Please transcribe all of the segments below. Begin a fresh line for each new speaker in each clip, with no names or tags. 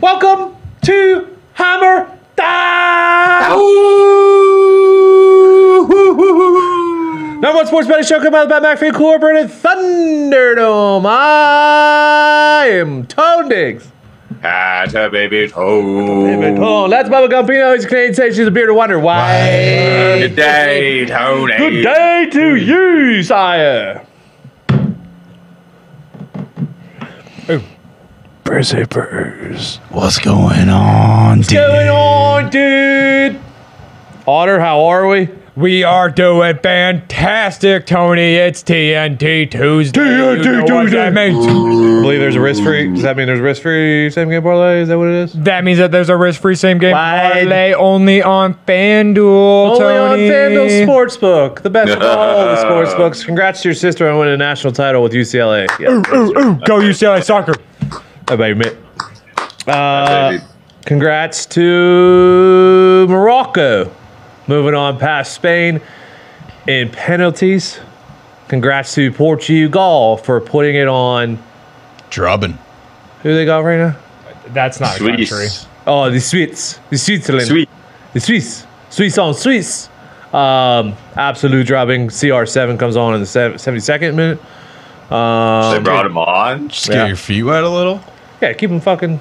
Welcome to Hammer Down! Number one sports betting show coming out of the Bat McAfee Incorporated Thunderdome. I am Tone Diggs.
At a baby toe.
Oh, that's Bubba Gumpino. He's a Canadian sage. He's a beer to wonder why.
Good day, Tony.
Good day to you, sire.
What's going on, dude?
Going on, dude. Otter, how are we?
We are doing fantastic, Tony. It's TNT Tuesday.
TNT
You know what
Tuesday.
That means,
I believe there's a risk free. Does that mean there's risk free same game parlay? Is that what it is?
that means that there's a risk-free same game
Why?
parlay only on FanDuel,
Only on
Tony.
FanDuel Sportsbook, the best of all the sportsbooks. Congrats to your sister on winning a national title with UCLA. Yeah,
Go UCLA soccer.
I bet you admit. Uh, Congrats to Morocco. Moving on past Spain in penalties. Congrats to Portugal for putting it on.
Drubbing.
Who they got right now?
That's not a country.
Sweet.
Oh, the Swiss. The Switzerland.
Sweet.
The Swiss. Swiss on Swiss. Um, absolute dropping. CR7 comes on in the sev- 72nd minute. Um,
they brought him on.
Just get your feet wet a little.
Yeah, keep them fucking.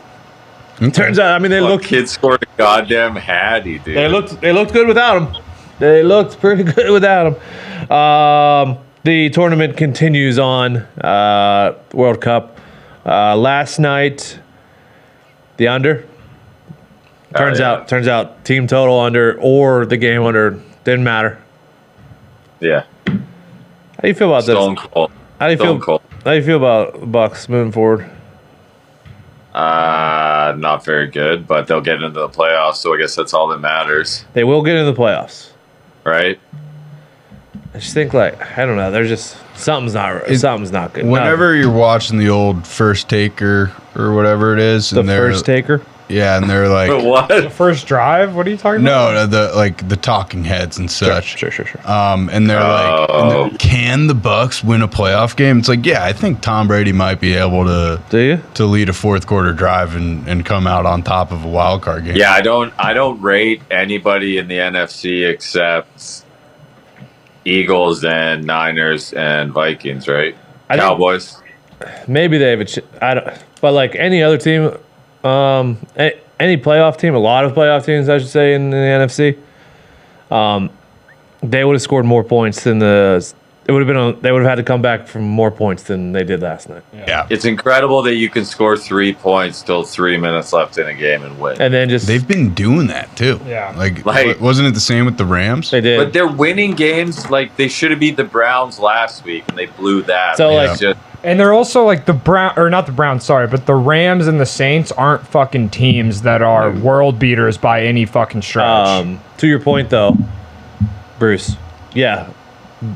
Turns out, I mean, they
Look,
looked
kid scored a goddamn hattie, dude.
They looked they looked good without him. They looked pretty good without him. Um, the tournament continues on uh, World Cup. Uh, last night, the under turns
Oh, yeah.
out turns out team total under or the game under didn't matter.
Yeah.
How do you feel about
Stone
this?
cold.
How do you
Stone
feel?
cold.
How do you feel about Bucks moving forward?
Uh, not very good, but they'll get into the playoffs, so I guess that's all that matters,
They will get into the playoffs.
right?
I just think like I don't know. They're just something's not something's not good.
Whenever you're watching the old first taker or whatever it is,
the
and they're
first taker.
yeah, and they're like
But what?
First drive? What are you talking
no, no, the like the talking heads and such.
Sure, sure, sure.
Um, and they're like, and they're,
Oh.
can the Bucks win a playoff game? It's like, yeah, I think Tom Brady might be able to
Do you?
to lead a fourth quarter drive and, and come out on top of a wild card game.
Yeah, I don't. I don't rate anybody in the NFC except Eagles and Niners and Vikings, right?
I think-
Cowboys.
Maybe they have a. Ch- I don't. But like any other team, um, a- any playoff team, a lot of playoff teams, I should say, in, the NFC, um, they would have scored more points than the. It would have been. A, they would have had to come back from more points than they did last night,
yeah.
It's incredible that you can score three points till three minutes left in a game and win.
and then just
They've been doing that too.
Yeah.
Like,
Like-
wa- wasn't it the same with the Rams?
they
but
did.
they're winning games like they should have beat the Browns last week and they blew that.
So,
It's
like-
just,
And they're also like the Brown or not the Browns, sorry, but the Rams and the Saints aren't fucking teams that are world beaters by any fucking stretch.
Um, to your point though, Bruce. Yeah,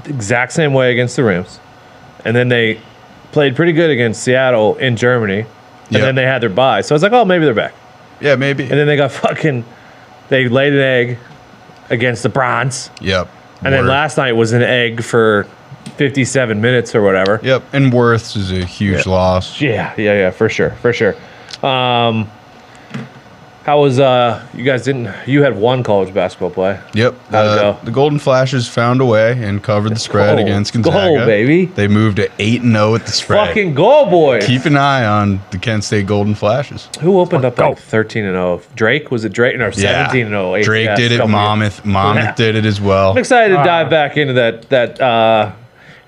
exact same way against the Rams, and then they played pretty good against Seattle in Germany, and
Yeah.
then they had their bye. So I was like, oh, maybe they're back.
Yeah, maybe.
And then they got fucking, they laid an egg against the Bronze.
Yep.
And then
Worth.
last night was an egg for 57 minutes or whatever.
Yep, and Worth's is a huge loss.
Yeah, yeah, yeah, for sure, for sure. Um, how was, uh, you guys didn't, you had one college basketball play.
Yep,
How'd it
uh,
go?
the Golden Flashes found a way and covered the spread
Goal.
against Gonzaga.
Goal, baby.
They moved to eight and zero at the spread.
Fucking goal, boy.
Keep an eye on the Kent State Golden Flashes.
Who opened up
Go.
Oh.
like 13 and 0? Drake? Was it Drake? No, 17 and 0. eight-
Drake
yeah,
did it.
couple years.
Monmouth, Monmouth
Yeah.
did it as well.
I'm excited to
Ah.
dive back into that. That uh,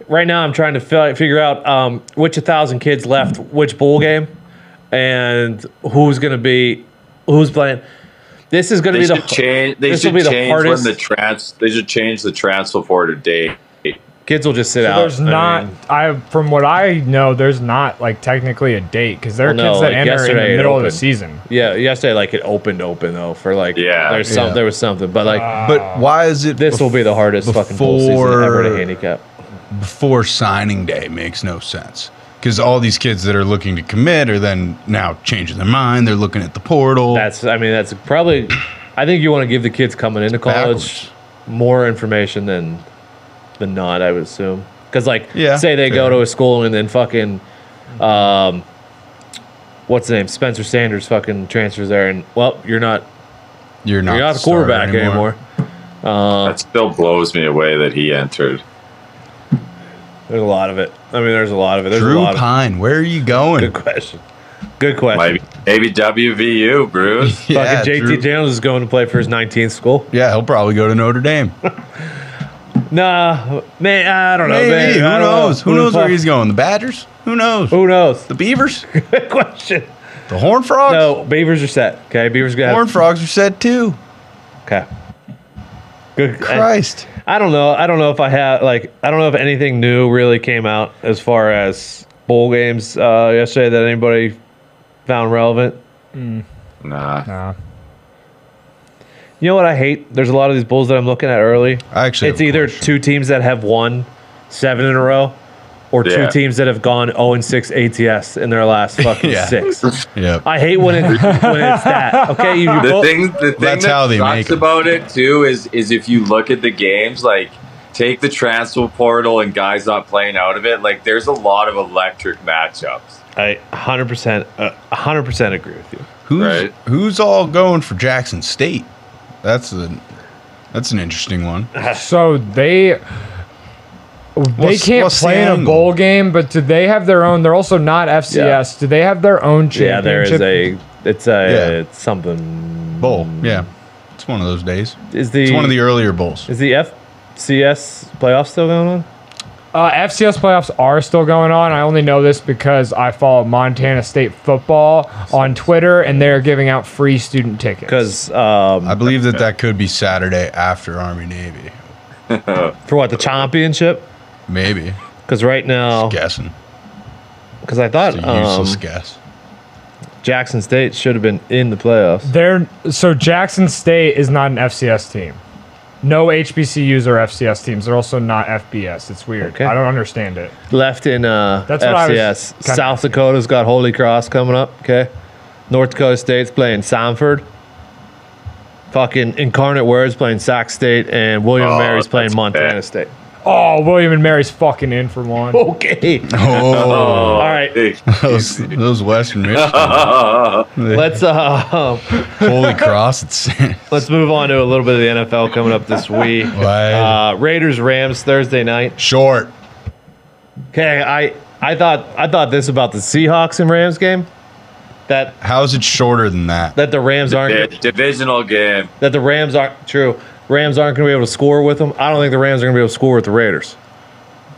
right now, I'm trying to fi- figure out um, which a thousand kids left which bowl game, and who's going to be who's playing. This is going to
they
be the
should change. They
this will
should
be the
change
hardest-
when the trans. They should change the transfer portal date.
kids will just sit out.
There's
I
not.
mean,
I, from what I know, there's not like technically a date because there are
Well, no,
kids that
like,
enter in
yesterday it
the middle of the
opened.
season.
yeah, yesterday like it opened open though for like
Yeah.
there's some
Yeah. Uh,
there was something, but like
But why is it
this will be the hardest fucking bowl season ever to
before-
handicap.
before signing day makes no sense because all these kids that are looking to commit are then now changing their mind. They're looking at the portal.
That's I mean that's probably I think you want to give the kids coming into college
Backwards.
more information than than not I would assume because like
Yeah,
say they go
fair.
to a school and then fucking um what's his name, Spencer Sanders, fucking transfers there, and well, you're not
You're not,
you're not the
starter
quarterback anymore. Uh-huh.
That still blows me away that he entered.
There's a lot of it. I mean, there's a lot of it. There's a
Drew
lot of
Pine, where are you going?
good question. Good question.
Maybe, maybe WVU, Bruce.
Yeah,
Fucking JT
Drew-
Daniels is going to play for his 19th school.
yeah, he'll probably go to Notre Dame.
Nah, man, I don't know. man.
Maybe. Who
I don't know.
knows? Who,
the
knows where
fuck-
he's going? The Badgers? Who knows?
Who knows?
The Beavers?
Good question.
The Horn Frogs?
No, Beavers are set. Okay, Beavers got
Horn Frogs are set too.
Okay. Good. I,
Christ.
I don't know. I don't know if I have like I don't know if anything new really came out as far as bowl games uh, yesterday that anybody found relevant.
Nah.
Nah.
You know what I hate? There's a lot of these bowls that I'm looking at early.
I actually
it's
have a
either
question.
two teams that have won seven in a row or
Yeah.
two teams that have gone 0 and 6 ATS in their last fucking
Yeah.
six.
Yep.
I hate when, it, when it's that. Okay, you, you
The
both-
thing, the thing
That's
that
how they
sucks
make 'em.
about it too is is if you look at the games, like take the transfer portal and guys not playing out of it, like there's a lot of electric matchups.
I 100% uh, 100% agree with you.
Who's
Right.
who's all going for Jackson State? That's a that's an interesting one.
So they they
What's-
can't
what's the
play in a
angle?
bowl game, but do they have their own? They're also not FCS. Do they have their own championship?
Yeah, there is a it's a
Yeah.
it's something
Bowl. Yeah. It's one of those days.
Is the
It's one of the earlier bowls.
is the FCS playoff still going on?
Uh, FCS playoffs are still going on. I only know this because I follow Montana State football on Twitter, and they're giving out free student tickets.
Because um,
I believe that that could be Saturday after Army Navy.
for what the championship?
Maybe.
Because right now,
Guessing.
because I
It's
thought
a
Oh. um,
useless guess.
Jackson State should have been in the playoffs.
they're so Jackson State is not an FCS team. No HBCUs or FCS teams. They're also not FBS. It's weird.
Okay.
I don't understand it.
Left in uh,
That's what I was
FCS.
kinda-
South Dakota's got Holy Cross coming up. Okay, North Dakota State's playing Sanford. Fucking Incarnate Words playing Sac State, and William and
Oh,
Mary's playing
that's
Montana
bad.
State.
Oh, William and Mary's fucking in for one.
Okay,
Oh,
All
right.
those, those Western Michigan.
let's uh,
Holy Cross. It's
Let's move on to a little bit of the NFL coming up this week.
Right.
Uh, Raiders Rams Thursday night.
short.
Okay, I I thought I thought this about the Seahawks and Rams game that
How's it shorter than that?
that the Rams
Yeah,
aren't
divisional game.
that the Rams aren't true. Rams aren't going to be able to score with them. I don't think the Rams are going to be able to score with the Raiders.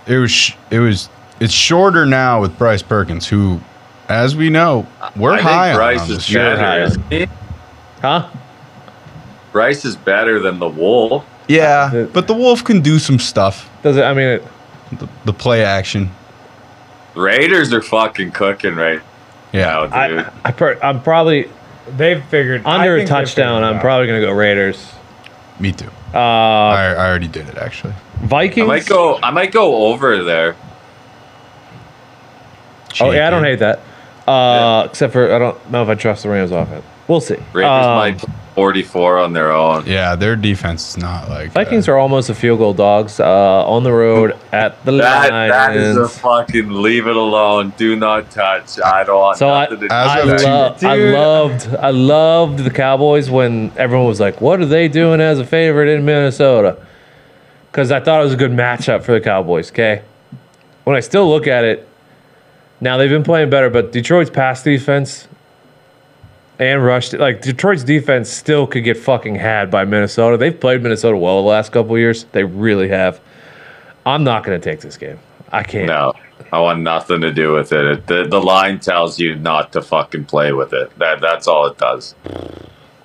It was. sh- It was. It's shorter now with Bryce Perkins, who, as we know, we're
I
high
think
on
Bryce
him
is
this year.
high
better.
on
isn't he?
Huh?
Bryce is better than the Wolf.
Yeah, but the Wolf can do some stuff.
Does it I mean it,
The, the play action.
Raiders are fucking cooking right now,
Yeah,
dude.
I I per, I'm probably
They've figured I
under a
think they've
touchdown.
figured it
I'm
out.
probably going to go Raiders.
me too.
Uh, oh,
I, I already did it actually.
I
Vikings.
might go. I might go over there.
oh yeah, I
Shaky.
don't hate that. Uh, Except for I don't know if I trust the Rams offense. We'll see.
Raiders
Um,
might put 44 on their own.
Yeah, their defense is not like
Vikings are almost a field goal dogs uh, on the road at the
That that is a
Lions.
fucking leave it alone. Do not touch. I don't want
so I,
nothing to do
I,
As
with
of
that.
lo- I
Dude.
loved I loved the Cowboys when everyone was like, "What are they doing as a favorite in Minnesota?" Because I thought it was a good matchup for the Cowboys. Okay, when I still look at it, now they've been playing better, but Detroit's pass defense and rush, like Detroit's defense, still could get fucking had by Minnesota. They've played Minnesota well the last couple of years. They really have. I'm not going to take this game. I can't.
No, I want nothing to do with it. it the, the line tells you not to fucking play with it. That that's all it does.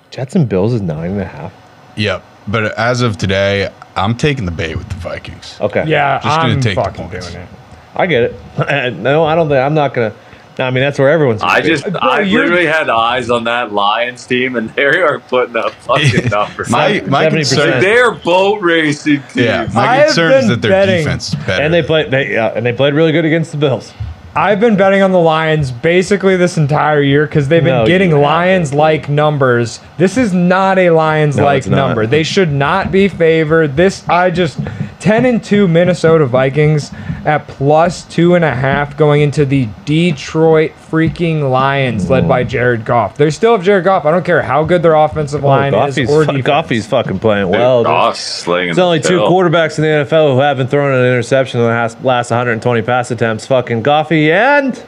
Jets and Bills is nine and a half.
Yep. But as of today, I'm taking the bait with the Vikings.
Okay.
Yeah,
Just gonna
I'm
take the
fucking
points.
doing it.
I get it. no, I don't think I'm not gonna. I mean, that's where everyone's. gonna
I
be.
just,
Bro,
I
you're-
literally had eyes on that Lions team, and they are putting up fucking numbers.
My my
70%.
concern,
they're boat racing team.
yeah, my
I've
concern is
been
that their
betting-
defense is better.
and they played. They yeah, and they played really good against the Bills.
I've been betting on the Lions basically this entire year because they've been
No,
getting
you haven't.
Lions like numbers. This is not a Lions like
it's not.
number. They should not be favored. This, I just, 10 and 2 Minnesota Vikings at plus two and a half going into the Detroit freaking Lions led by Jared Goff. They still have Jared Goff. I don't care how good their offensive
Oh,
line is
Goffey's,
or
fu-
defense.
Goffey's fucking playing
Dude,
well. dude.
Goff's slinging
There's only
the
two
pill.
quarterbacks in the NFL who haven't thrown an interception in the has- last 120 pass attempts. Fucking Goffey and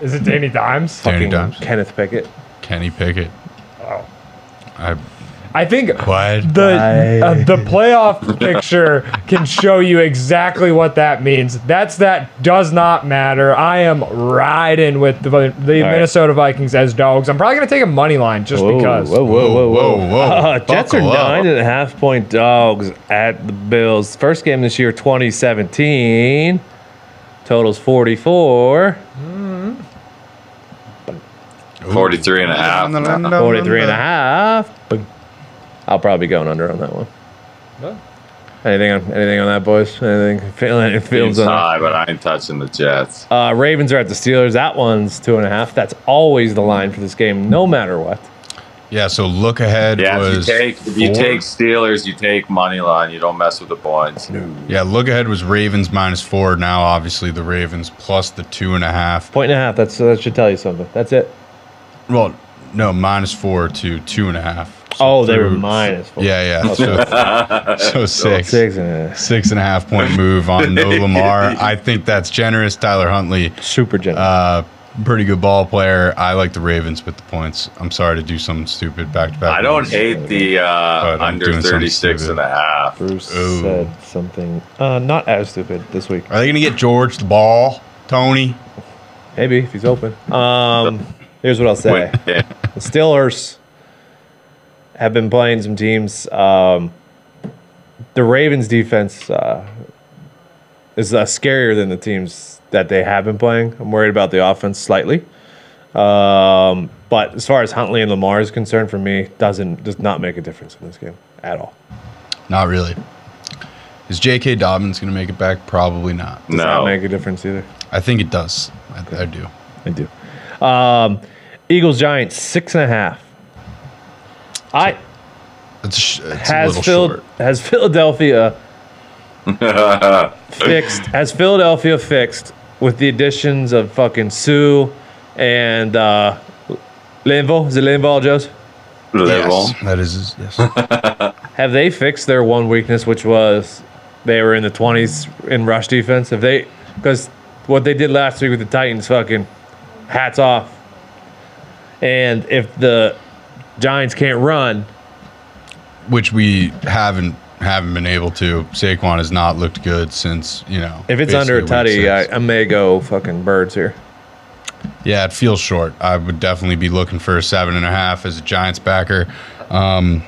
Is it Danny Dimes?
Danny
fucking
Dimes.
Kenneth Pickett.
Kenny Pickett. I
I think
what?
Right.
the uh, the playoff picture can show you exactly what that means. That's that does not matter. I am riding with the, the
right.
Minnesota Vikings as dogs. I'm probably gonna take a money line just
Whoa,
because.
whoa, whoa, whoa, whoa,
Whoa, whoa,
Uh, Jets are
buckle up.
nine and a half point dogs at the Bills. First game this year, 2017. Totals 44.
43 and a half.
43 and a half. Boom. I'll probably be going under on that one. Anything on anything on that, boys? Anything? Feel- Any feelings on
It's
that?
high, but I ain't touching the Jets.
Uh, Ravens are at the Steelers. That one's two and a half. That's always the line for this game, no matter what.
Yeah, so look ahead
Yeah, if you
was
take if you
four.
take Steelers, you take money line. You don't mess with the points.
Yeah, look ahead was Ravens minus four. Now obviously the Ravens plus the two and a half.
Point and a half. That's that should tell you something. That's it.
Well, no, minus four to two and a half.
Oh, they were
through-
minus four.
Yeah, yeah. So, so six.
Six and a half.
Six and a half point move on No Lamar. I think that's generous. Tyler Huntley,
Super generous.
uh, pretty good ball player. I like the Ravens with the points. I'm sorry to do something stupid back to back.
I don't hate the uh,
But I'm
under
doing something
36 and
stupid.
a half.
Bruce
ooh.
said something uh, not as stupid this week.
Are they going to get George the ball, Tony?
Maybe if he's open. Um, here's what I'll say.
Wait, yeah.
The Steelers have been playing some teams. Um, the Ravens defense uh, is uh, scarier than the teams that they have been playing. I'm worried about the offense slightly. Um, but as far as Huntley and Lamar is concerned, for me, doesn't does not make a difference in this game at all.
Not really. Is J.K. Dobbins going to make it back? Probably not.
Does not
No.
make a difference either.
I think it does. I, I do.
I do. Um, Eagles Giants six and a half. I
It's, sh- it's a
has
little
Phil
short.
has Philadelphia fixed has Philadelphia fixed with the additions of fucking Sue and uh, Linval. Is it Linval, Joe's?
Level.
Yes, that is his, yes.
Have they fixed their one weakness, which was they were in the twenties in rush defense? Have they? Because what they did last week with the Titans, fucking hats off. And if the Giants can't run,
Which we haven't haven't been able to. Saquon has not looked good since you know.
if it's under a
basically
tutty,
week
I,
six.
I may go fucking birds here.
yeah, it feels short. I would definitely be looking for a seven and a half as a Giants backer. Um,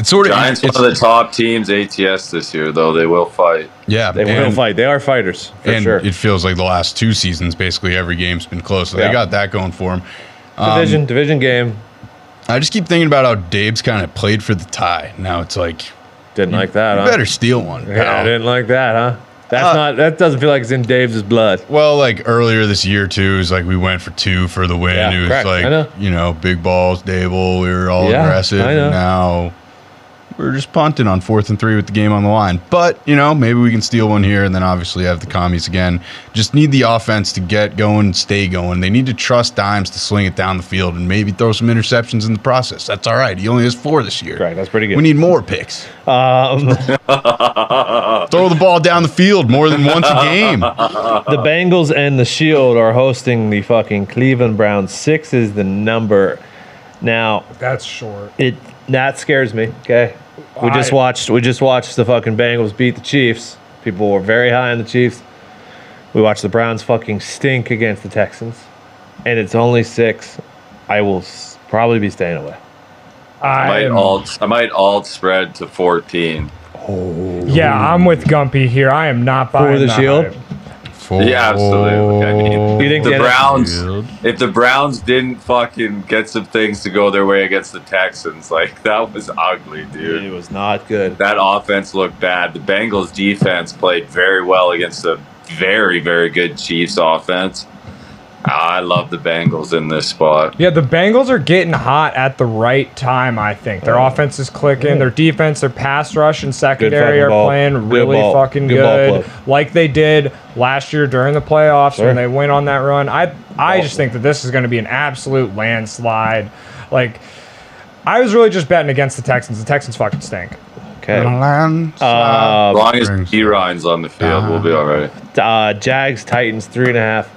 it's sort of
Giants one
it's-
of the top teams ATS this year, though they will fight.
yeah,
They will
and-
fight. They are fighters for
and
sure.
it feels like the last two seasons, basically every game's been close. So
Yeah.
they got that going for them. um,
division, division game.
I just keep thinking about how Dave's kind of played for the tie. Now it's like you
Didn't like that. huh?
better Uh, steal one.
Uh, Yeah, I
pal.
didn't like that, huh? That's not. That doesn't feel like it's in Dave's blood.
Well, like earlier this year too, it was like we went for two for the win.
Yeah,
it was
correct. I
like
know.
you know, big balls, table. We were all
Yeah,
aggressive.
I know.
And now we're just punting on fourth and three with the game on the line. But you know, maybe we can steal one here, and then obviously have the commies again. Just need the offense to get going, and stay going. They need to trust Dimes to sling it down the field, and maybe throw some interceptions in the process. That's all right. He only has four this year.
Right. That's pretty good.
We need more picks.
um,
Throw the ball down the field more than once a game.
the Bengals and the Shield are hosting the fucking Cleveland Browns. Six is the number. Now
That's short.
it that scares me. Okay. We just
I-
watched. We just watched the fucking Bengals beat the Chiefs. People were very high on the Chiefs. We watched the Browns fucking stink against the Texans, and it's only six. I will s- probably be staying away.
I
I
might
am-
alt I might alt spread to 14.
yeah, I'm with Gumpy here. I am not buying
the
that
shield?
hype.
Yeah, absolutely. I mean,
You think
the
the
Browns,
Oh. Field.
if the Browns didn't fucking get some things to go their way against the Texans, like that was ugly,
It
dude.
was not good.
That offense looked bad. The Bengals defense played very well against a very, very good Chiefs offense. I love the Bengals in this spot.
Yeah, the Bengals are getting hot at the right time, I think. Their offense is clicking, their defense, their pass rush and secondary
fucking
are
ball.
playing
Good
really
ball.
fucking
Good ball
good.
play.
Like they did last year during the playoffs
Sure.
when they went on that run. I I just think that this is going to be an absolute landslide. Like I was really just betting against the Texans. The Texans fucking stink.
Okay.
Uh-huh.
As
Uh,
long as D Ryan's on the field, we'll be all right.
uh, Jags Titans three and a half.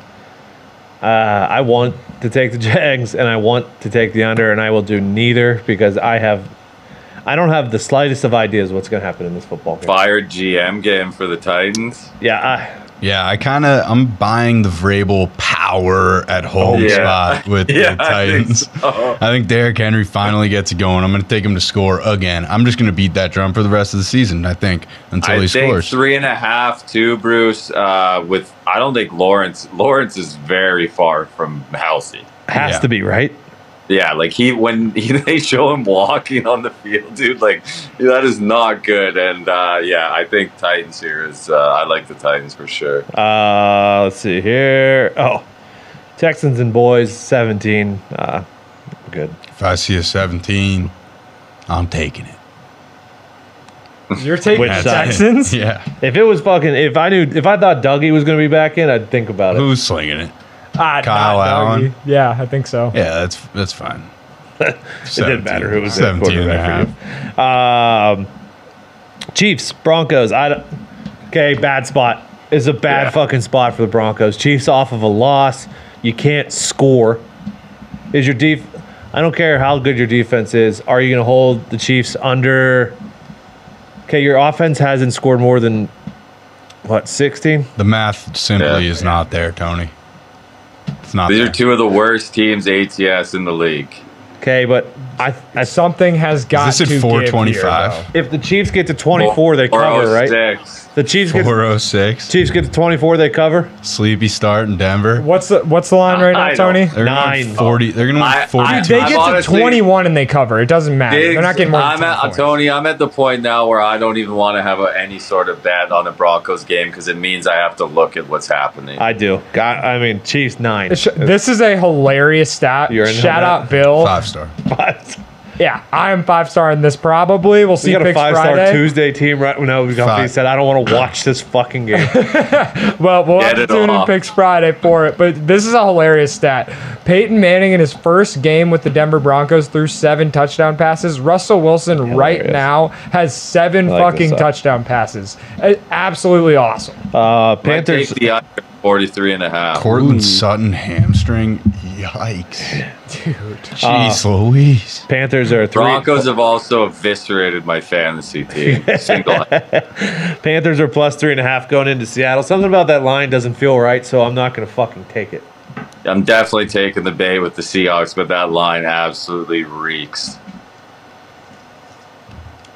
Uh, I want to take the Jags and I want to take the under, and I will do neither because I have, I don't have the slightest of ideas what's going to happen in this football game.
Fired GM game for the Titans.
Yeah,
Yeah, I kind of I'm buying the Vrabel power at home
Yeah.
spot with
Yeah,
the
I think
Titans. I think,
so.
Derrick Henry finally gets it going. I'm going to take him to score again. I'm just going to beat that drum for the rest of the season. I think until
I
he
think
scores.
three and a half, two, Bruce. Uh, with I don't think Lawrence. Lawrence is very far from healthy.
I has
Yeah.
to be right.
Yeah, like he when he, they show him walking on the field, dude. Like that is not good. And uh, yeah, I think Titans here is. Uh, I like the Titans for sure.
Uh, let's see here. Oh, Texans and boys seventeen. Uh, good.
if I see a 17, I'm taking it.
You're taking
Which
the
side?
Texans?
Yeah,
If it was fucking, if I knew, if I thought Dougie was going to be back in, I'd think about it.
who's slinging it?
Ah,
Kyle
nah, doggy.
Allen.
Yeah, I think so.
Yeah, that's that's fine.
It didn't matter who was in
17 and a half.
quarterback. for you. Um, Chiefs, Broncos. I don't, okay, bad spot. It's a bad
Yeah.
fucking spot for the Broncos. Chiefs off of a loss. You can't score. Is your def? I don't care how good your defense is. Are you going to hold the Chiefs under? Okay, your offense hasn't scored more than what sixteen.
The math simply
Yeah.
is not there, Tony. It's not.
These
there.
are two of the worst teams ATS in the league.
Okay, but I, I
Something has got
Is this
to
at 425?
425.
if the Chiefs get to twenty four, they cover, right?
406.
The Chiefs get
oh. 406.
Chiefs get to twenty four, they cover.
Sleepy start in Denver.
What's the what's the line right
I
now,
don't-
Tony?
They're gonna win
Nine.
40. They're going to
I- I-
win 42.
They
I'm
get
honestly-
to 21 and they cover. It doesn't matter. They're not getting more than
I'm
10
at,
points.
Tony. I'm at the point now where I don't even want to have a, any sort of bet on the Broncos game because it means I have to look at what's happening.
I do. God, I mean, Chiefs nine.
Sh- This is a hilarious stat.
You're in
Shout
on
out, Bill.
Five star.
But
Yeah, I am five star in this. Probably we'll see.
we got a
picks
five star
Friday.
Tuesday team right when no, we got
Five.
he said I don't want to watch this fucking game.
Well, we'll
Get
have to
it
tune in
off.
picks Friday for it. But this is a hilarious stat. Peyton Manning in his first game with the Denver Broncos threw seven touchdown passes. Russell Wilson right
Hilarious.
now has seven
like this
fucking
stat.
touchdown passes. A- Absolutely awesome.
Uh,
I take
Panthers.
the under 43 and a half.
Cortland Sutton hamstring. Yikes. Dude.
Uh,
Jeez Louise.
Panthers are a three.
Broncos have also eviscerated my fantasy team. Single.
Panthers are plus three and a half going into Seattle. Something about that line doesn't feel right, so I'm not gonna fucking take it.
I'm definitely taking the Bay with the Seahawks, but that line absolutely reeks.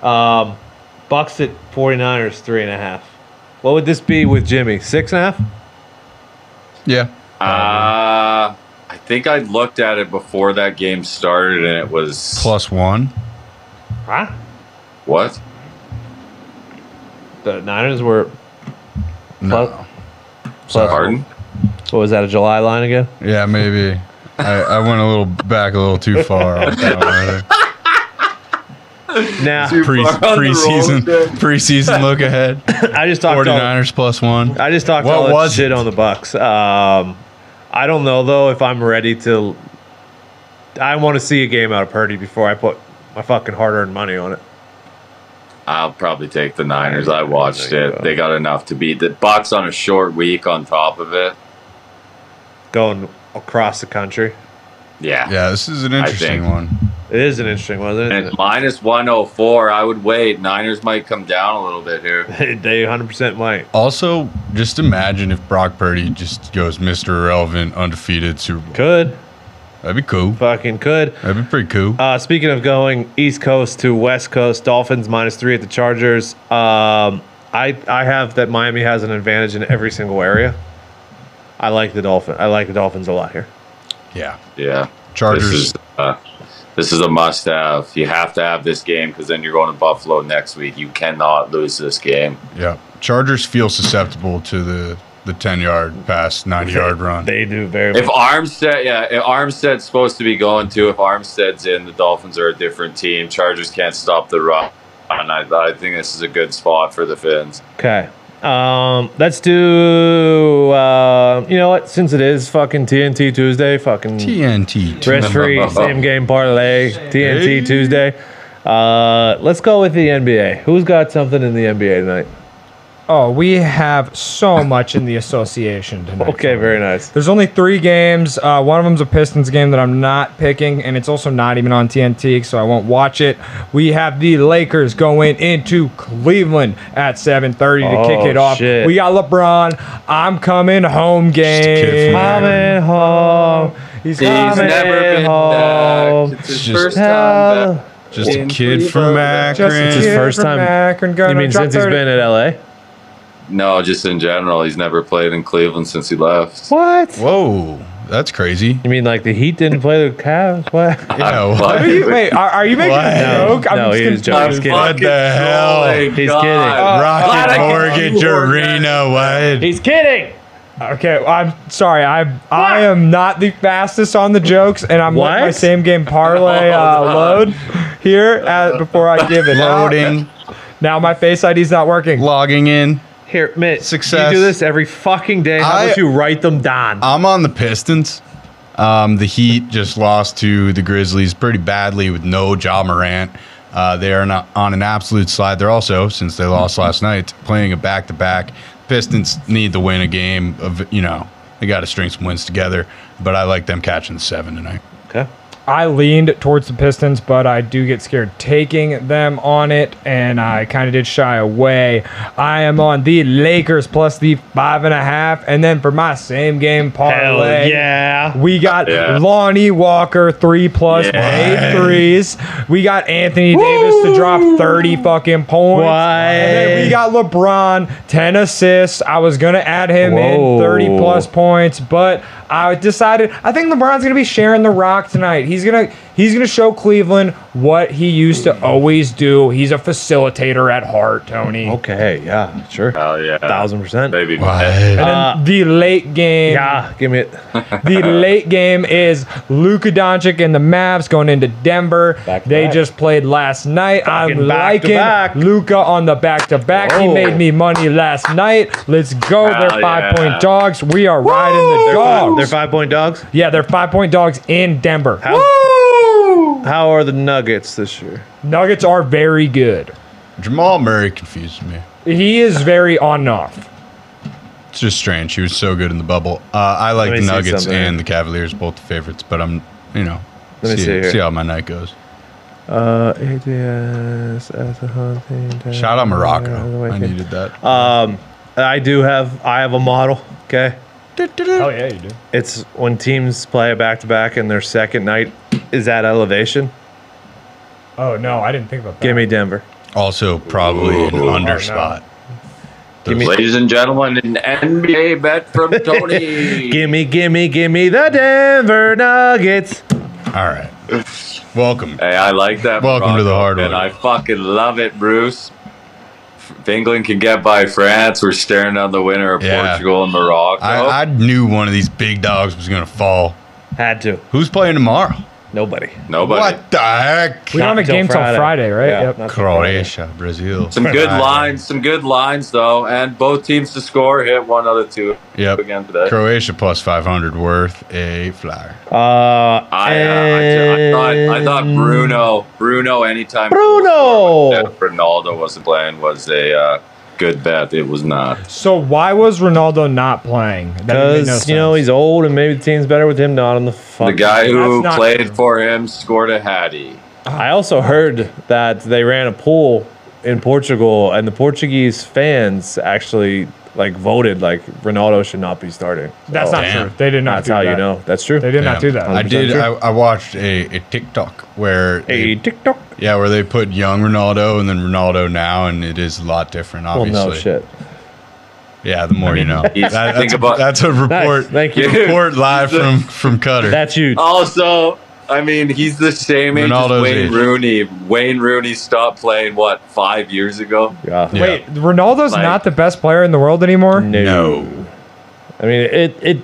Bucks at 49ers three and a half. What would this be with Jimmy? Six and a half?
Yeah.
Uh, I think I looked at it before that game started, and it was
Plus one.
Huh?
what?
The Niners were
No.
plus.
Pardon?
What was that? A July line again?
Yeah, maybe. I, I went a little back a little too far. on that one.
Nah,
Pre,
far on the
preseason,
road,
preseason look ahead.
I just talked. all-
49ers plus one.
I just talked
What
all that
was
shit
it?
on the Bucks. Um, I don't know though if I'm ready to. I want to see a game out of Purdy before I put my fucking hard-earned money on it.
I'll probably take the Niners. I watched
There you go.
it. They got enough to beat the Bucks on a short week. On top of it,
Going across the country,
yeah.
Yeah, this is an interesting
think-
one.
it is an interesting one, isn't
And minus 104, I would wait. Niners might come down a little bit here.
it? they 100% might.
Also, just imagine if Brock Purdy just goes Mr. Irrelevant, undefeated Super Bowl.
Could
That'd be cool.
fucking could.
That'd be pretty cool.
Uh, speaking of going East Coast to West Coast, Dolphins minus three at the Chargers. Um, I I have that Miami has an advantage in every single area. I like the Dolphin. I like the Dolphins a lot here.
Yeah.
Yeah.
Chargers.
This is, uh, this is a must have. You have to have this game because then you're going to Buffalo next week. You cannot lose this game.
Yeah. Chargers feel susceptible to the the 10 yard pass, 90 yard run.
They do very
If
well.
Armstead, yeah, if Armstead's supposed to be going to, if Armstead's in, the Dolphins are a different team. Chargers can't stop the run. And I, I think this is a good spot for the Finns.
Okay. Um, let's do. Uh, you know what? Since it is fucking TNT Tuesday, fucking
TNT.
risk free same game parlay TNT Tuesday. Uh, let's go with the NBA. Who's got something in the NBA tonight?
Oh, we have so much in the association tonight.
Okay, very nice.
There's only three games. Uh, one of them's a Pistons game that I'm not picking, and it's also not even on TNT, so I won't watch it. We have the Lakers going into Cleveland at 7:30 to kick
Oh,
it off.
shit.
We got LeBron. I'm coming home
kid
game.
from
Coming home.
He's
He's
coming.
never been
home.
back. It's his
It's just-
first time back.
Just a
In
kid from
Cleveland.
Just a
It's his
kid
Akron.
first
from
time.
Akron, gonna
You mean
drop
since he's
30.
been at LA?
No, just in general, he's never played in Cleveland since he left.
What?
Whoa, that's crazy.
You mean like the Heat didn't play the Cavs? What?
Yeah,
I'm
what?
Are
fucking-
you, wait, are, are you making a
No,
joke?
no, he is joking.
confused.
I'm
He's kidding.
fucking
What the hell?
trolling,
He's
God.
Oh,
kidding.
Glad I
Rocket
can
mortgage
see you, Morgan.
arena. What?
He's kidding.
Okay, I'm sorry. I I am not the fastest on the jokes, and I'm letting my
What?
same game parlay uh,
Hold on.
load here at, before I give it. out.
Loading,
Now my Face ID's not working.
logging in.
Here, Mitt.
Success.
You do this every fucking day. How
I-
about you write them down?
I'm on the Pistons. Um, the Heat just lost to the Grizzlies pretty badly with no Ja Morant. Uh, they are not on an absolute slide. They're also, since they lost last night, playing a back to back. Pistons need to win a game of, you know, they got to string some wins together, but I like them catching the seven tonight.
okay.
I leaned towards the Pistons, but I do get scared taking them on it, and I kind of did shy away. I am on the Lakers plus the five and a half, and then for my same game
Hell
parlay,
yeah.
We got
Yeah.
Lonnie Walker, three plus
Yeah.
made threes. We got Anthony Davis to drop 30 fucking points.
Why?
And then we got LeBron, 10 assists. I was going to add him
Whoa.
in 30 plus points, but I decided I think LeBron's going to be sharing the rock tonight. He's going to. He's going to show Cleveland what he used to always do. He's a facilitator at heart, Tony.
Okay. Yeah. Sure.
Uh,
Hell yeah.
Thousand percent. Uh,
Baby.
What?
And then the late game.
Yeah. Give me it.
The late game is Luka Doncic and the Mavs going into Denver.
Back to
they
back.
just played last night.
Fucking back to
I'm liking
back. Oh.
Luka on the back to back. He
Whoa.
made me money last night. Let's go.
Hell
they're five
yeah.
point dogs. We are riding the
They're five,
dogs.
they're five point dogs.
yeah, they're five point dogs in Denver.
How, how are the Nuggets this year?
Nuggets are very good.
Jamal Murray confuses me.
He is very on and off.
It's just strange. He was so good in the bubble. Uh, I like
Let
the
me see
Nuggets
something.
and the Cavaliers, both the favorites, but I'm, you know,
Let me
see,
see here.
see how my night goes.
Uh, ATS, as a whole thing,
Shout out
uh,
Morocco.
the
I
way-
needed that.
I do have. I have a model. Okay.
Oh yeah, you do.
It's when teams play back to back and their second night is at elevation.
Oh no, I didn't think about that.
Give me Denver.
Also, probably an
Ooh.
under
Oh, no.
spot.
Give me,
Ladies and gentlemen, an NBA bet from Tony.
give me, give me, give me the Denver Nuggets.
All right. Welcome.
Hey, I like that.
Welcome to the hard
and
one.
I fucking love it, Bruce. If England can get by France. We're staring down the winner of
Yeah.
Portugal and Morocco.
I, I knew one of these big dogs was going to fall.
Had to.
Who's playing tomorrow?
Nobody.
Nobody.
what the heck?
We
Not
don't have a
until
game till
Friday.
Friday, right?
Yeah,
Yep.
not till Friday.
Croatia, Brazil.
Some good
Ireland.
lines, some good lines though, and both teams to score hit one other two
Yep.
again today.
Croatia plus 500 worth a flyer.
Uh,
I, uh, I, I thought I thought
and-
Bruno Bruno anytime
Bruno.
that Ronaldo wasn't playing was a uh, good bet. It was not.
So why was Ronaldo not playing? That made no
Because you know
sense.
he's old and maybe the team's better with him not on the fucking.
The guy who
That's not
played
true.
for him scored a hattie.
I also heard that they ran a poll in Portugal, and the Portuguese fans actually like voted like Ronaldo should not be starting.
That's
So,
not
Damn.
true. They did not.
Oh, That's
do
how
that.
you know. That's true.
They did not do that.
I did.
sure.
I, I watched a, a TikTok where
Hey,
they,
TikTok.
yeah, where they put young Ronaldo and then Ronaldo now, and it is a lot different.
Well,
Obviously,
Oh, no shit.
Yeah, the more you know.
he's-
That-
think
that's, a,
about-
that's a report.
Nice. Thank you.
Report live from from Qatar.
That's you.
Oh, Also, I mean, he's the same age
Ronaldo's
as Wayne
age.
Rooney. Wayne Rooney stopped playing what five years ago.
Yeah.
Yeah.
Wait, Ronaldo's
Like-
not the best player in the world anymore.
No.
no.
I mean, it it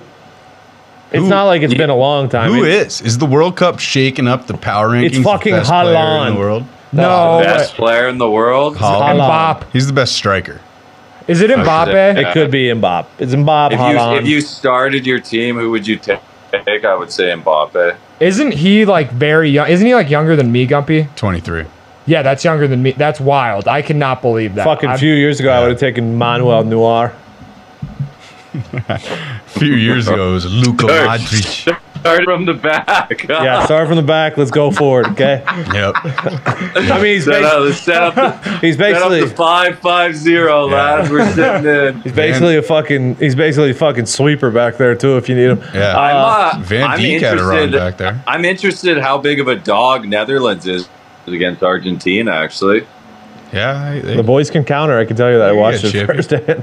it's
Who-
not like it's been a long time.
Who
It-
is? Is the World Cup shaking up the power rankings?
It's
of
fucking
best player in
Haaland.
the world.
No,
Best player in the world.
Haaland.
Mbappe.
He's the best striker.
Is it Mbappe?
It could be Mbappe. It's Mbappe.
If you, if you started your team, who would you ta- take? I would say Mbappe.
Isn't he like very young? Isn't he like younger than me, Gumpy?
23.
Yeah, that's younger than me. That's wild. I cannot believe that.
fucking
I'm-
few years ago, I would have taken Manuel Noir.
A few years ago, it was Luka Modric.
Start from the back.
Yeah, start from the back. Let's go forward. Okay.
Yep.
I mean, he's,
set
basi-
up, set up the,
he's
set up
basically
the five five zero, lad. We're sitting in.
he's basically a fucking he's basically a fucking sweeper back there too. If you need him.
Yeah.
I'm, uh,
Van
I'm
Dijk had a run
interested-
back there.
I'm interested how big of a dog Netherlands is against Argentina. Actually,
Yeah. I-
The
they-
boys can counter. I can tell you that I
Yeah,
watched it
Chip.
firsthand.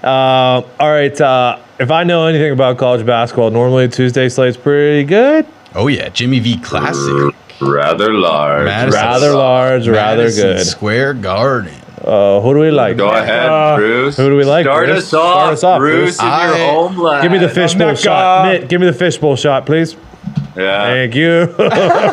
Uh, all right. Uh, if I know anything about college basketball, normally Tuesday slate's pretty good.
oh, yeah. Jimmy V Classic.
rather large.
Madison-
Rather large, rather
Madison
good.
Square Garden.
Uh, who do we like?
Go ahead,
Uh,
Bruce.
who do we like,
Start
Bruce?
us off,
Start us off,
Bruce,
Bruce.
in your
I-
home lad.
Give me the fishbowl
Naka.
shot. Mitt, give me the fishbowl shot, please.
Yeah,
Thank you.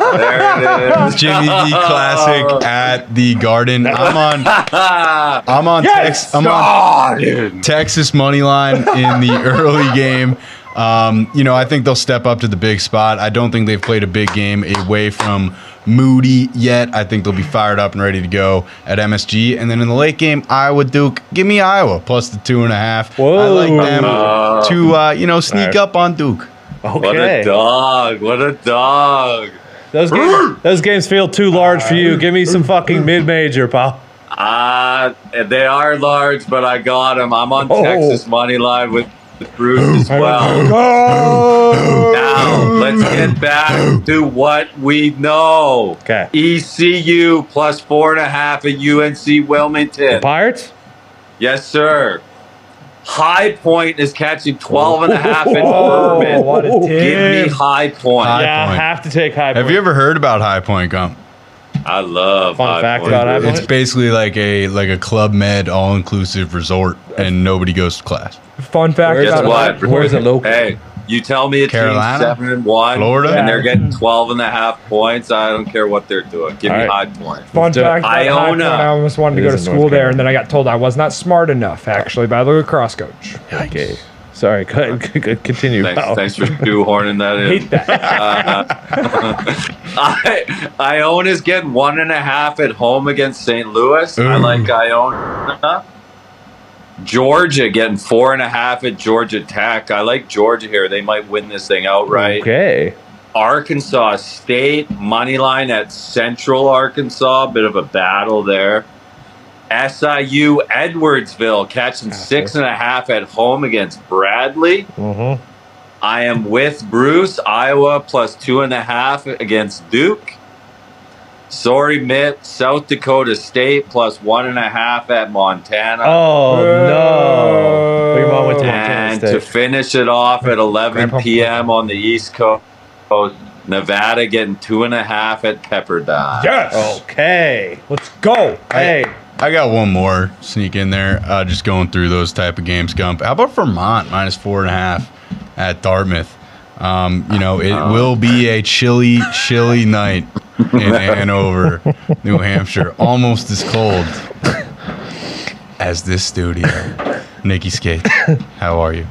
there it is.
Jimmy V Classic at the Garden. I'm on. I'm on. Tex, I'm
Oh,
on
Garden.
Texas money line in the early game. Um, you know, I think they'll step up to the big spot. I don't think they've played a big game away from Moody yet. I think they'll be fired up and ready to go at MSG. And then in the late game, Iowa Duke. Give me Iowa plus the two and a half. I like
Whoa.
them to uh, you know sneak
Alright.
up on Duke.
What a
okay.
dog! What a dog!
Those games, those games feel too large for you. Give me some fucking mid major, pal.
Uh, they are large, but I got them. I'm on
Oh.
Texas money line with Bruce as well. Now let's get back to what we know.
'Kay.
ECU plus four and a half at UNC Wilmington.
Pirates?
Yes, sir. High Point is catching 12 and a half at
Oh,
Furman.
what a
Give me High Point.
High-
yeah,
point.
have to take high
Have
point.
you ever heard about High Point Gump?
I love
Fun
High
fact
Point.
about High Point.
It's basically like a like a club med all inclusive resort, and nobody goes to class.
Fun fact
Where's
Guess
about
the
what?
Where's the local?
Hey, you tell me a
Carolina?
team seven and one,
Florida?
and they're
Yeah.
getting 12 and a half points. I don't care what they're doing. Give
All
me
right.
high point.
Fun
do it.
fact, about
Iona.
Hackman, I almost wanted to
It
go to
is in North
school there,
Carolina.
and then I got told I was not smart enough, actually, by the lacrosse coach.
Okay. Sorry, go ahead. Go- Continue.
Thanks,
pal.
thanks for shoehorning that in. Uh,
Hate that.
I, Iona's getting one and a half at home against St. Louis. I
Ooh.
like Iona. Georgia getting four and a half at Georgia Tech. I like Georgia here. They might win this thing outright.
Okay.
Arkansas State money line at Central Arkansas. Bit of a battle there. SIU Edwardsville catching six and a half at home against Bradley.
Mm-hmm.
I am with Bruce. Iowa plus two and a half against Duke. Sorry, Mitt. South Dakota State plus one and a half at Montana.
Oh no!
Whoa.
We mom went to Montana
and to
State.
finish it off at 11
Grandpa-
p.m. on the East Coast, Nevada getting two and a half at Pepperdine.
yes.
Okay.
Let's go.
Hey,
I got one more sneak in there. Uh, just going through those type of games, Gump. How about Vermont minus four and a half at Dartmouth? Um, you know, it
Uh-huh.
will be a chilly, chilly night in Hanover, New Hampshire. Almost as cold as this studio. Nikki Skate, how are you?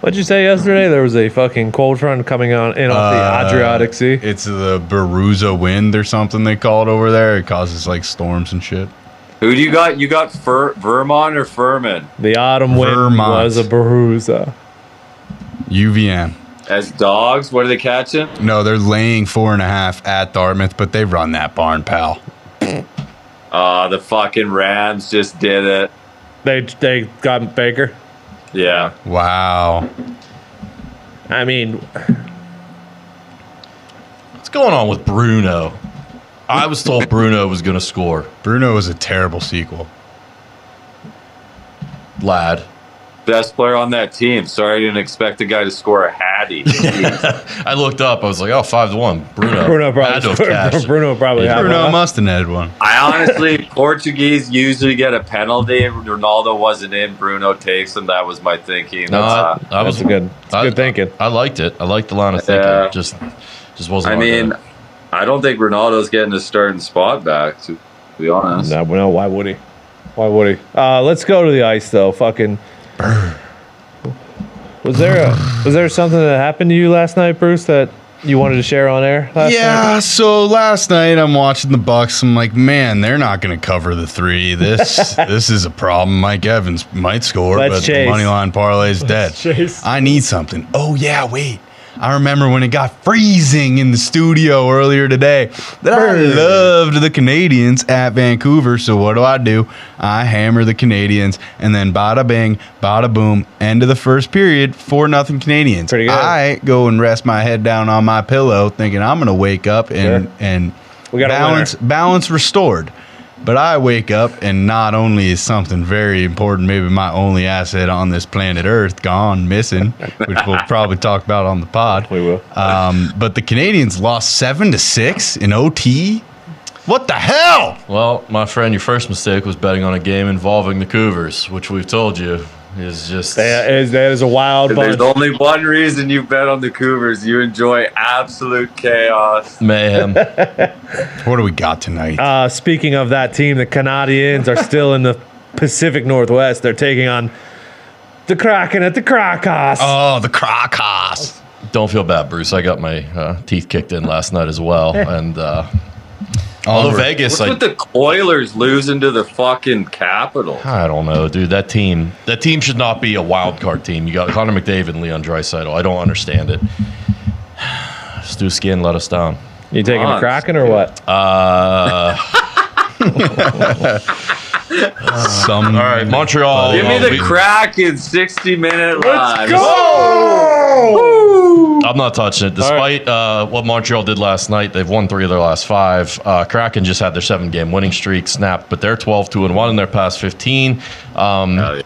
what'd you say yesterday? There was a fucking cold front coming on in off the
Uh,
Adriatic Sea.
It's the Baruza wind or something they call it over there. It causes like storms and shit.
Who do you got? You got Fur- Vermont or Furman
The autumn wind
Vermont.
was a bruiser.
UVM.
as dogs? What are they catching?
No, they're laying four and a half at Dartmouth, but they run that barn, pal.
Uh, the fucking Rams just did it.
They they got Baker.
Yeah.
Wow.
I mean,
What's going on with Bruno? I was told Bruno was going to score.
Bruno was a terrible sequel.
Lad.
Best player on that team. Sorry I didn't expect the guy to score a hat Daddy.
I looked up. I was like, oh, five to one. Bruno.
Bruno
Had to
probably.
have cashed.
Bruno probably. had
Bruno
one.
must have had one.
I honestly, Portuguese usually get a penalty. Ronaldo wasn't in. Bruno takes them. That was my thinking.
No, I,
That's, uh,
I was
That's good. That's
I-
good thinking.
I liked it. I liked the line of thinking.
Yeah.
Just, just wasn't.
I
my
mean,
bag.
I don't think Ronaldo's getting a starting spot back. To be honest,
No, no, why would he? Why would he? Uh, let's go to the ice though. Fucking. Was there a, was there something that happened to you last night, Bruce, that you wanted to share on air? Last
yeah, so last night I'm watching the Bucks. I'm like, man, they're not going to cover the three. This this is a problem. Mike Evans might score,
Let's
but
chase.
the money line parlay is dead.
chase.
I need something. Oh yeah, wait. I remember when it got freezing in the studio earlier today. That I loved the Canadians at Vancouver. So what do I do? I hammer the Canadians, and then bada bing, bada boom. End of the first period, four nothing Canadians.
Pretty good.
I go and rest my head down on my pillow, thinking I'm gonna wake up and
Sure.
and
We got a
balance balance restored. But I wake up and not only is something very important, maybe my only asset on this planet Earth, gone, missing, which we'll probably talk about on the pod.
We will.
Um, but the Canadians lost seven to six in OT. What the hell?
well, my friend, your first mistake was betting on a game involving the Cougars, which we've told you is just.
That is that is a wild
there's
bunch.
only one reason you bet on the Cougars. You enjoy absolute chaos.
Mayhem.
What do we got tonight?
Uh, speaking of that team, the Canadians are still in the Pacific Northwest. They're taking on the Kraken at the Krakos.
oh, the Crocos.
Don't feel bad, Bruce. I got my uh, teeth kicked in last night as well, and uh, although
Onward.
Vegas,
What's
I,
with the Oilers losing to the fucking Capitals?
I don't know, dude. That team, that team should not be a wild card team. You got Connor McDavid and Leon Draisaitl. I don't understand it. Stu Skin let us down.
you taking the
Hans.
Kraken or what?
Uh,
Some
all right, Montreal.
Give me
uh,
the
we-
crack in 60 minute live.
I'm not touching it.
right.
Despite uh, what Montreal did last night, they've won three of their last five. Uh, Kraken just had their seven game winning streak snapped, but they're 12 2 and 1 in their past 15. Um,
Oh, yeah.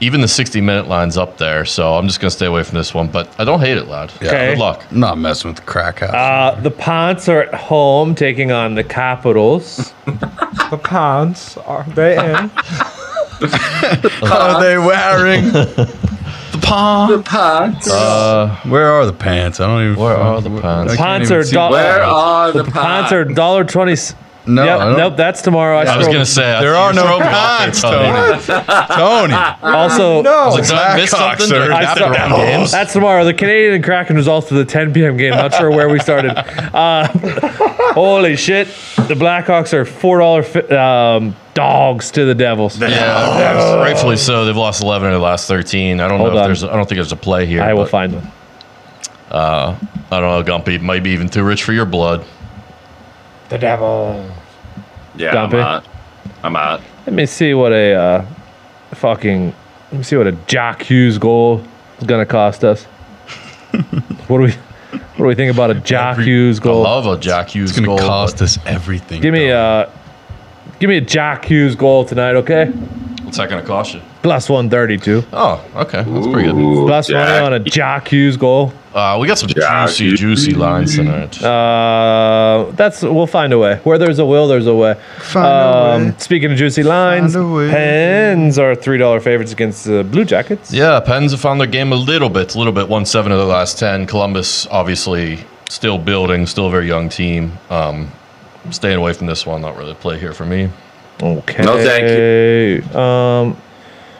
Even the 60 minute line's up there, so I'm just going to stay away from this one, but I don't hate it, lad.
Okay.
Good luck.
I'm not messing with the crack house.
Uh, the Ponts are at home taking on the Capitals.
The pounds are they in?
are they wearing the
The
pants?
Pats.
Uh,
Where are the pants? I don't even.
Where are the pants?
I can't
Pants
even
are
see-
dog-
Where are the,
Ah.
Ponts are dollar twenty.
No, I
yep,
don't-
nope, that's tomorrow.
I was
scrolled-
going to say, I-
There
you
are no
throw me off
cons,
there,
Tony. Tony. Oh,
also
I
No.
was like, did I miss
Blackhawks
something? Did
are
at
I miss
the
the wrong
Devils.
games?
That's tomorrow. The Canadian and Kraken was also the 10 p.m. game. Not sure where we started. Uh, holy shit! The Blackhawks are four dollar um, dogs to the Devils.
Yeah, rightfully so. They've lost 11 of their last 13. I don't
Oh. Hold
know if
on.
there's, I don't think there's a play here.
I will
but-
find them.
I don't know, Gumpy. Might be even too rich for your blood.
The devil.
yeah,
Dumpy.
I'm out. I'm out.
Let me see what a uh, fucking. Let me see what a Jock Hughes goal is gonna cost us. what do we? What do we think about a Jock Hughes
I
goal?
love a Jack Hughes
It's going
goal.
to cost us everything.
give me a. Give me a Jock Hughes goal tonight, okay?
but What's that going to cost you?
Plus 132.
Oh, okay. That's pretty good.
Ooh,
Plus
Oh, Jack.
money on a Jock Hughes goal.
Uh, we got some
Jack
juicy,
Hughes.
juicy lines tonight.
Uh, that's we'll find a way. Where there's a will, there's a way.
Find a
um,
way.
Speaking of juicy lines,
Find a way.
Pens are three dollar favorites against the Blue Jackets.
yeah, Pens have found their game a little bit, a little bit. One seven of the last ten. Columbus, obviously, still building, still a very young team. Um, staying away from this one. Not really a play here for me.
Okay.
No, thank
you. Um,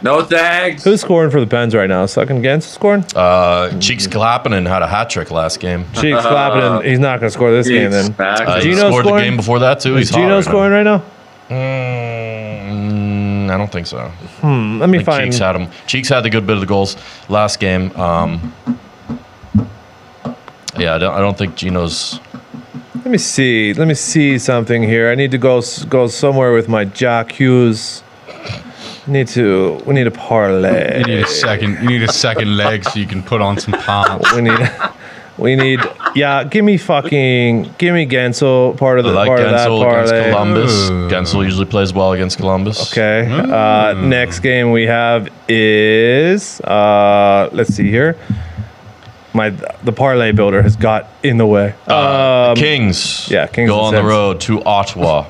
No thanks.
who's scoring for the Pens right now? Sucking against scoring.
Uh, Cheeks Clappinen had a hat trick last game.
Cheeks clapping. And he's not going to score this game.
Jeez,
Then
Max.
Uh, he
Gino's
scored the
scoring?
game before that too. He's
is
hot
Gino
right now.
scoring right now?
Mm, I don't think so.
Let me
think
find.
Cheeks had him. Cheeks had the good bit of the goals last game. Um, yeah, I don't, I don't think Gino's.
Let me see. Let me see something here. I need to go s- go somewhere with my Jock Hughes. Need to. We need a parlay.
You need a second. You need a second leg so you can put on some pants.
We need, we need, yeah. Give me fucking, give me Gensel part of
I
the
like
part of that
Gensel against
parlay.
Columbus.
Ooh.
Gensel usually plays well against Columbus.
Okay. Uh,
Mm.
next game we have is uh, let's see here. my the parlay builder has got in the way.
Uh,
Um,
Kings.
yeah, Kings
Go
and
on the
Sens.
road to Ottawa.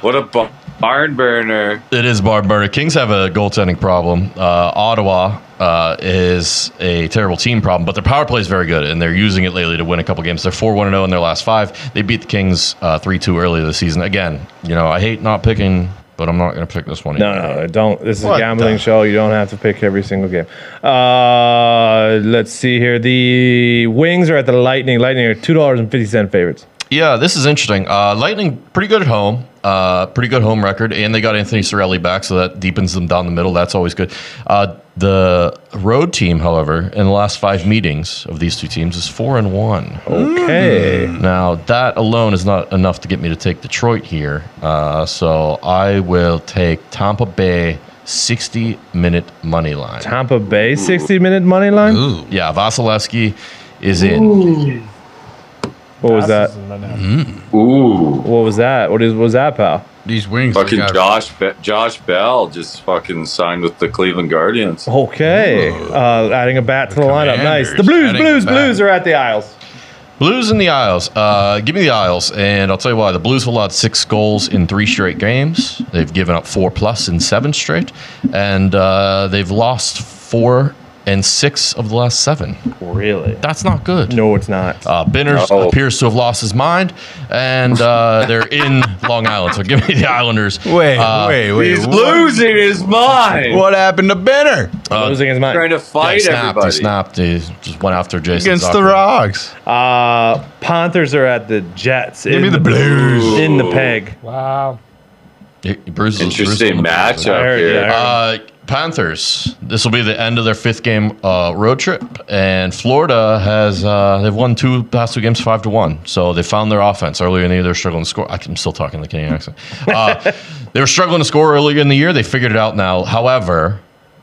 What a bu- barn burner.
It is barn burner. Kings have a goaltending problem. Uh, Ottawa uh, is a terrible team problem, but their power play is very good, and they're using it lately to win a couple games. They're 4 1 0 in their last five. They beat the Kings 3 2 earlier this season. Again, you know, I hate not picking, but I'm not going to pick this one.
No,
either.
no, no, don't. This is
What
a gambling
the-
show. You don't have to pick every single game. Uh, let's see here. The Wings are at the Lightning. Lightning are two dollars and fifty cent favorites.
Yeah, this is interesting. Uh, Lightning, pretty good at home, uh, pretty good home record, and they got Anthony Sorelli back, so that deepens them down the middle. That's always good. Uh, the road team, however, in the last five meetings of these two teams is four and one.
Oh, Okay.
Mm.
Now that alone is not enough to get me to take Detroit here, uh, so I will take Tampa Bay sixty-minute money line.
Tampa Bay sixty minute money line.
Ooh.
Yeah, Vasilevsky is in.
What was that?
Ooh.
What was that? What is was that, pal?
These wings. they
Fucking
got-
Josh, Be- Josh Bell just fucking signed with the Cleveland Guardians.
Oh, Okay. Uh, adding a bat to the, lineup. Nice. The
Commanders
Blues,
adding a
Blues,
bat.
Blues are at the Isles.
Blues in the Isles. Uh, give me the Isles, and I'll tell you why. The Blues have allowed six goals in three straight games. They've given up four plus in seven straight, and uh, they've lost four and six of the last seven.
Really?
That's not good.
No, it's not.
Uh, Binners
No.
appears to have lost his mind, and uh, they're in Long Island. So give me the Islanders.
Wait,
Uh,
wait, wait.
He's
what-
losing his mind.
What happened to Benner
Losing his mind.
Trying to
Yeah, he
fight
snapped. He
everybody.
snapped. He just went after Jason
against the
Zucker.
Rocks?
Uh, Panthers are at the Jets.
Give me
in
the Blues.
In the peg.
Wow.
He- he bruised his- bruised
Interesting
him.
I
matchup
heard-
here.
yeah, I
Uh, Panthers. This will be the end of their fifth game uh, road trip, and Florida has uh, they've won two past two games five to one. So they found their offense earlier in the year. They're struggling to score. I can- I'm still talking in the Canadian accent. Uh, they were struggling to score earlier in the year. They figured it out now. However.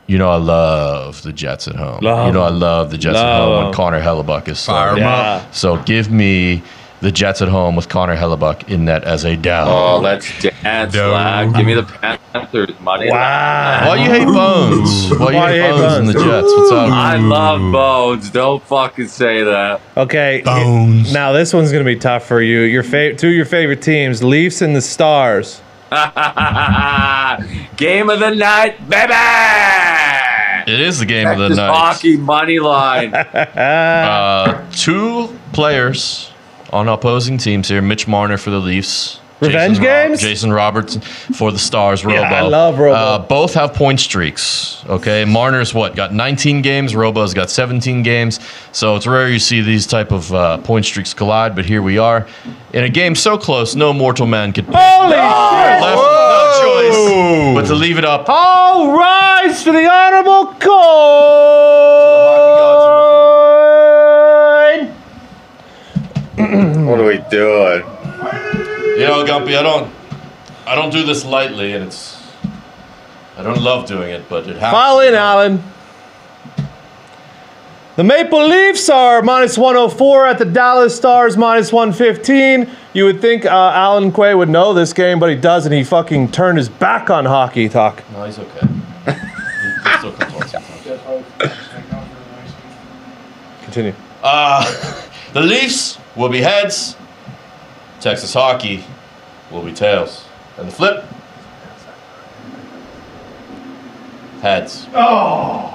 You know I love the Jets at home.
Love
you know I
them.
love the Jets at
Love
home
them.
when Connor Hellebuck is
Fire
starting.
'em up.
Yeah.
So give me the Jets at home with Connor Hellebuck in net as a down.
Oh, let's dance,
No.
lad. Give me the Panthers money.
Wow.
Why you hate Bones? Why you
Why
hate Bones and the Jets? What's up?
I love Bones. Don't fucking say that.
Okay.
Bones.
Now this one's gonna be tough for you. Your favorite, two of your favorite teams, Leafs and the Stars.
Game of the night, baby.
It is the game of the
Texas
night.
hockey money line.
Uh, two players on opposing teams here. Mitch Marner for the Leafs.
Revenge
Jason
games?
Jason Robertson for the Stars. Robo.
Yeah, I love Robo.
Uh, both have point streaks. Okay, Marner's what got 19 games. Robo's got 17 games. So it's rare you see these type of uh, point streaks collide. But here we are in a game so close, no mortal man could left
Holy shit!
no choice but to leave it up.
All rise for the honorable coin.
what are we doing?
You know, Gumpy, I don't, I don't do this lightly, and it's, I don't love doing it, but it happens.
File in, Allen. The Maple Leafs are minus 104 at the Dallas Stars minus 115. You would think uh, Alan Quay would know this game, but he doesn't. He fucking turned his back on hockey talk.
No, he's okay. He- he still comes on sometimes.
Continue.
uh, the Leafs will be heads. Texas hockey will be tails, and the flip heads. Oh.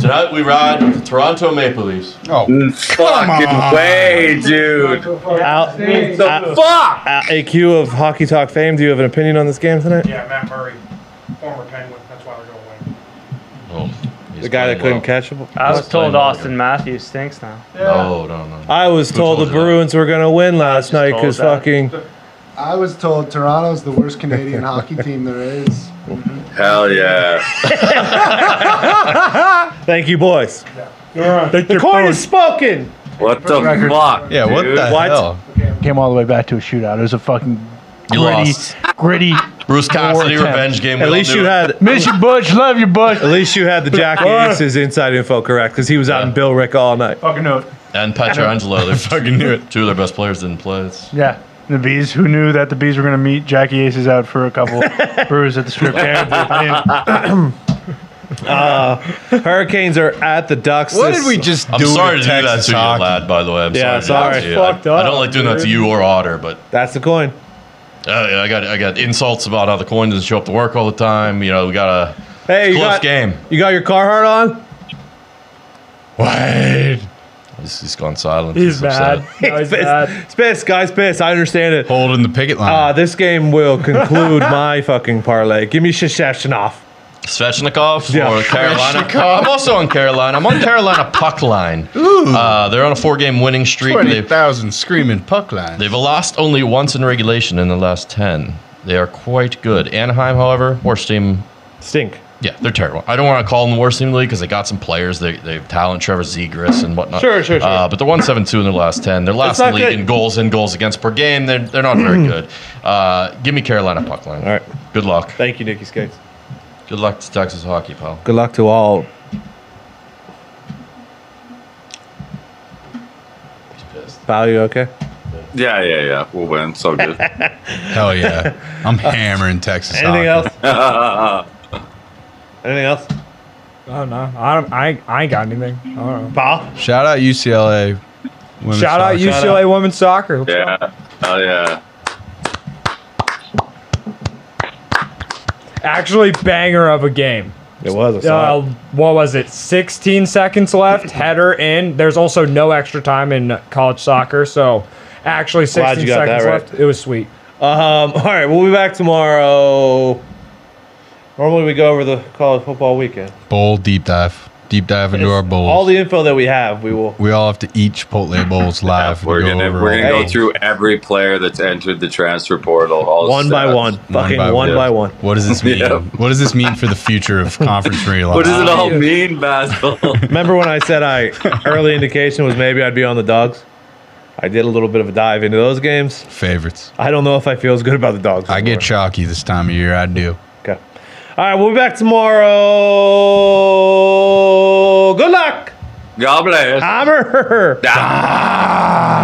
Tonight we ride with the Toronto Maple Leafs.
Fucking
on. Uh,
way, dude.
Al,
The
Al-
fuck?
Al- AQ of Hockey Talk fame, do you have an opinion on this game tonight?
Yeah, Matt Murray, former Penguin. That's why they're going away.
Oh, he's
The guy that
playing
couldn't
well.
catch the ball.
I was
Let's play
told
another
Austin Matthews stinks now.
No, no, no.
I was told the
told you that?
Bruins were going to win last night
told
because
that.
fucking.
I was told Toronto's the worst Canadian hockey team there is.
Hell yeah.
Thank you, boys. The coin is spoken.
What the fuck?
Yeah, what
dude?
the
What?
hell?
Came all the way back to a shootout. It was a fucking
You
gritty,
lost.
gritty.
Bruce Cassidy
attempt.
revenge game. we
At
all
least
knew
you
it.
had
Miss you, Butch. Love you, Butch.
At least you had the Jack Ace's inside info correct because he was out in Bill Rick all night.
Fucking note.
and Petrangelo. They fucking knew it. Two of their best players didn't play. It's
Yeah. The bees. Who knew that the bees were gonna meet Jackie Aces out for a couple brews at the strip club?
Hurricanes are at the Ducks.
What
this-
did we just do?
I'm sorry to do that
Texas
to you,
hockey?
lad. By the way, I'm
Yeah,
sorry. to do
sorry.
that to you.
That's fucked
I, I
up,
don't like doing that to
dude.
you or Otter, but
That's the coin.
uh, yeah, I got I got insults about how the coin doesn't show up to work all the time. You know, we got a
Hey, you
close
got,
game.
you got your Carhartt on?
Wade.
He's, he's gone silent.
He's
upset.
bad. No, he's
pissed.
bad.
It's pissed, guys. Pissed. I understand it.
Holding the picket line.
Uh, this game will conclude my fucking parlay. Give me Shashashinov.
Svechnikov
Yeah.
or Carolina. I'm also on Carolina. I'm on Carolina puck line. Uh, they're on a four-game winning streak. They've,
20,000 screaming puck line.
they've lost only once in regulation in the last ten. They are quite good. Anaheim, however, worst team
Stink.
Yeah, they're terrible. I don't want to call them the worst team in the league because they got some players. They, they have talent, Trevor Zegras and whatnot.
Sure, sure, sure.
Uh, but they're one seven two in their last ten. They're last in
not
the league
good.
in goals and goals against per game. They're, they're not very good. Uh, give me Carolina puck line.
All right.
Good luck.
Thank you, Nikki Skates.
Good luck to Texas hockey, pal.
Good luck to all. Pal, you okay?
Yeah, yeah, yeah. We'll win. So good.
Hell yeah. I'm hammering Texas
Anything
hockey.
else? Anything else?
I don't know. I don't. I, ain't- I ain't got anything. I don't know.
Pal?
Shout out UCLA. women's
Shout out
soccer.
UCLA women's soccer. Let's go.
yeah. Oh yeah.
Actually, banger of a game.
It was. I saw
Uh,
it.
what was it? 16 seconds left. Header in. There's also no extra time in college soccer, so actually
Glad you
16
got that
seconds
right.
left. It was sweet.
Um, all right, we'll be back tomorrow. Normally we go over the college football weekend.
Bowl deep dive. Deep dive into our bowls.
All the info that we have, we will.
we all have to eat Chipotle bowls live.
we're
We go
gonna
over
we're
all
gonna
the
go
bowls.
through every player that's entered the transfer portal. All
One by
stats.
one. Fucking one by one.
by
What does this mean?
Yeah.
What does this mean for the future of conference relaunch?
What does it all mean, Basil?
Remember when I said I early indication was maybe I'd be on the dogs? I did a little bit of a dive into those games.
Favorites.
I don't know if I feel as good about the dogs.
I get chalky this time of year. I do.
Okay. All right, we'll be back tomorrow. Good luck,
God bless.
Hammer.
Ah.